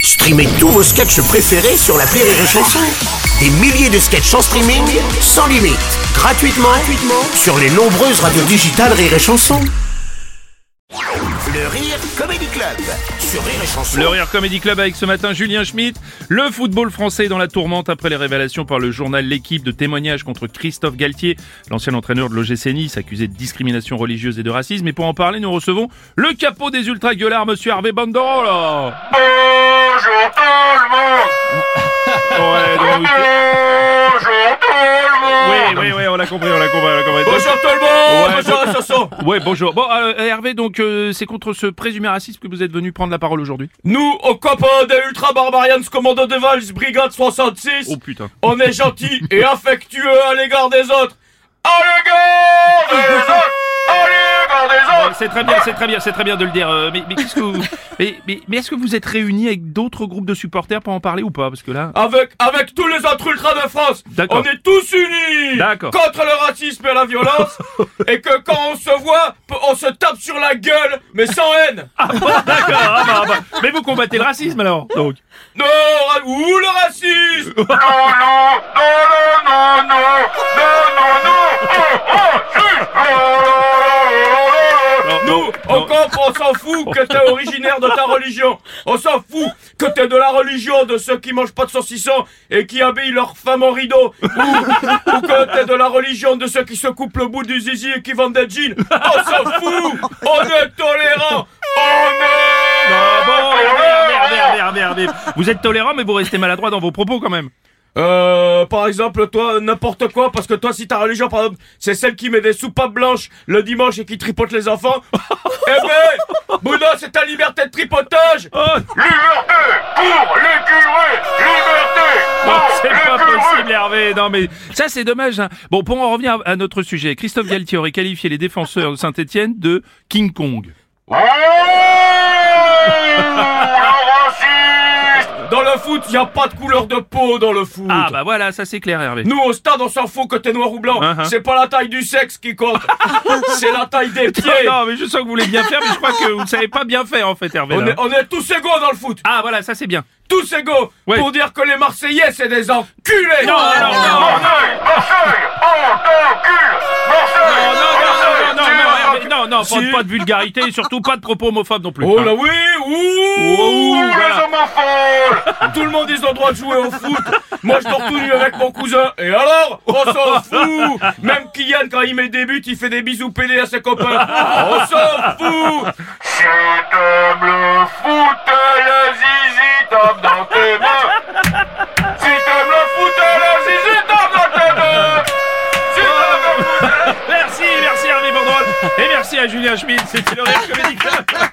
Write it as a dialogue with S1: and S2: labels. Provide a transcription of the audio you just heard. S1: Streamez tous vos sketchs préférés sur la Rire et Chanson. Des milliers de sketchs en streaming, sans limite, gratuitement, gratuitement sur les nombreuses radios digitales Rire et Chanson. Le Rire Comedy Club sur Rire et Chanson.
S2: Le Rire Comedy Club avec ce matin Julien Schmitt. Le football français est dans la tourmente après les révélations par le journal L'équipe de témoignages contre Christophe Galtier, l'ancien entraîneur de l'OGC Nice, accusé de discrimination religieuse et de racisme. Et pour en parler, nous recevons le capot des ultra gueulards, monsieur Hervé Bandoro, là.
S3: Bonjour tout le monde
S2: Ouais, donc, vous-
S3: Bonjour tout le monde
S2: oui, oui, oui, on l'a compris, on l'a compris, on l'a compris.
S3: Bonjour tout le monde
S2: Ouais,
S3: Bonjour la Soso
S2: Ouais, bonjour. Bon, euh, Hervé, donc euh, c'est contre ce présumé racisme que vous êtes venu prendre la parole aujourd'hui.
S3: Nous, aux copains des Ultra Barbarians Commando de Valls, Brigade 66,
S2: Oh putain.
S3: on est gentils et affectueux à l'égard des autres À l'égard des autres À l'égard des
S2: Ouais,
S3: autres
S2: Oh, C'est très bien, c'est très bien, c'est très bien de le dire. euh, mais mais qu'est-ce que vous- mais, mais- mais est-ce que vous êtes réunis avec d'autres groupes de supporters pour en parler ou pas Parce que là,
S3: avec, avec tous les autres ultras de France,
S2: D'accord.
S3: on est tous unis
S2: D'accord.
S3: contre le racisme et la violence, et que quand on se voit, on se tape sur la gueule, mais sans haine.
S2: d'accord. ah bah, ah bah. Mais vous combattez le racisme alors Donc.
S3: Non, ra- ou le racisme Non, non, non, non, non, non, non, non, non,
S2: Non,
S3: Nous,
S2: non.
S3: au camp, on s'en fout que t'es originaire de ta religion. On s'en fout que t'es de la religion de ceux qui mangent pas de saucisson et qui habillent leurs femmes en rideau. Ou, ou que t'es de la religion de ceux qui se coupent le bout du zizi et qui vendent des jeans. On s'en fout On est tolérant On est
S2: Ah bon, Hervé, Hervé, Hervé, Hervé, Hervé, Hervé. Vous êtes tolérant, mais vous restez maladroit dans vos propos quand même.
S3: Euh, par exemple, toi, n'importe quoi, parce que toi, si ta religion, par exemple, c'est celle qui met des soupapes blanches le dimanche et qui tripote les enfants, eh ben, Bouddha, c'est ta liberté de tripotage
S2: Oh,
S3: Liberté pour les curés
S2: non,
S3: Liberté
S2: c'est pas possible, Hervé. Non, mais ça, c'est dommage. hein. Bon, pour en revenir à- à notre sujet, Christophe Galtier aurait qualifié les défenseurs de Saint-Etienne de King Kong.
S3: Dans le foot, y a pas de couleur de peau dans le foot
S2: Ah bah voilà, ça c'est clair, Hervé.
S3: Nous, au stade, on s'en fout que t'es noir ou blanc.
S2: Uh-huh.
S3: C'est pas la taille du sexe qui compte. c'est la taille des pieds.
S2: Non, mais je sens que vous voulez bien faire, mais je crois que vous ne savez pas bien faire en fait, Hervé.
S3: on,
S2: là.
S3: est, on est tous égaux dans le foot.
S2: Ah voilà, ça c'est bien.
S3: tous égaux
S2: Ouais.
S3: pour dire que les Marseillais, c'est des enculés
S2: Non, non, non, non.
S3: Marseille, Marseille, on t'encule
S2: Non, non, non, non,
S3: Marseille, Ah,
S2: non, non, Hervé, Ah, non, non, pas, pas de vulgarité et surtout pas de propos homophobes non plus. Hein.
S3: Oh là oui, ouh,
S2: Ah. Ouh,
S3: les
S2: voilà.
S3: homophobes Tout le monde, ils ont le droit de jouer au foot Moi, je dors tout nu avec mon cousin, et alors On s'en fout Même Kylian, quand il met des buts, il fait des bisous pédés à ses copains On s'en fout C'est comme le foot, le zizi tape dans tes mains Si t'aimes le foot, le zizi tape dans tes mains Si t'aimes le foot,
S2: Merci, merci Hervé Bourdrol et merci à Julien Schmidt, c'était le Rire Comédie Club.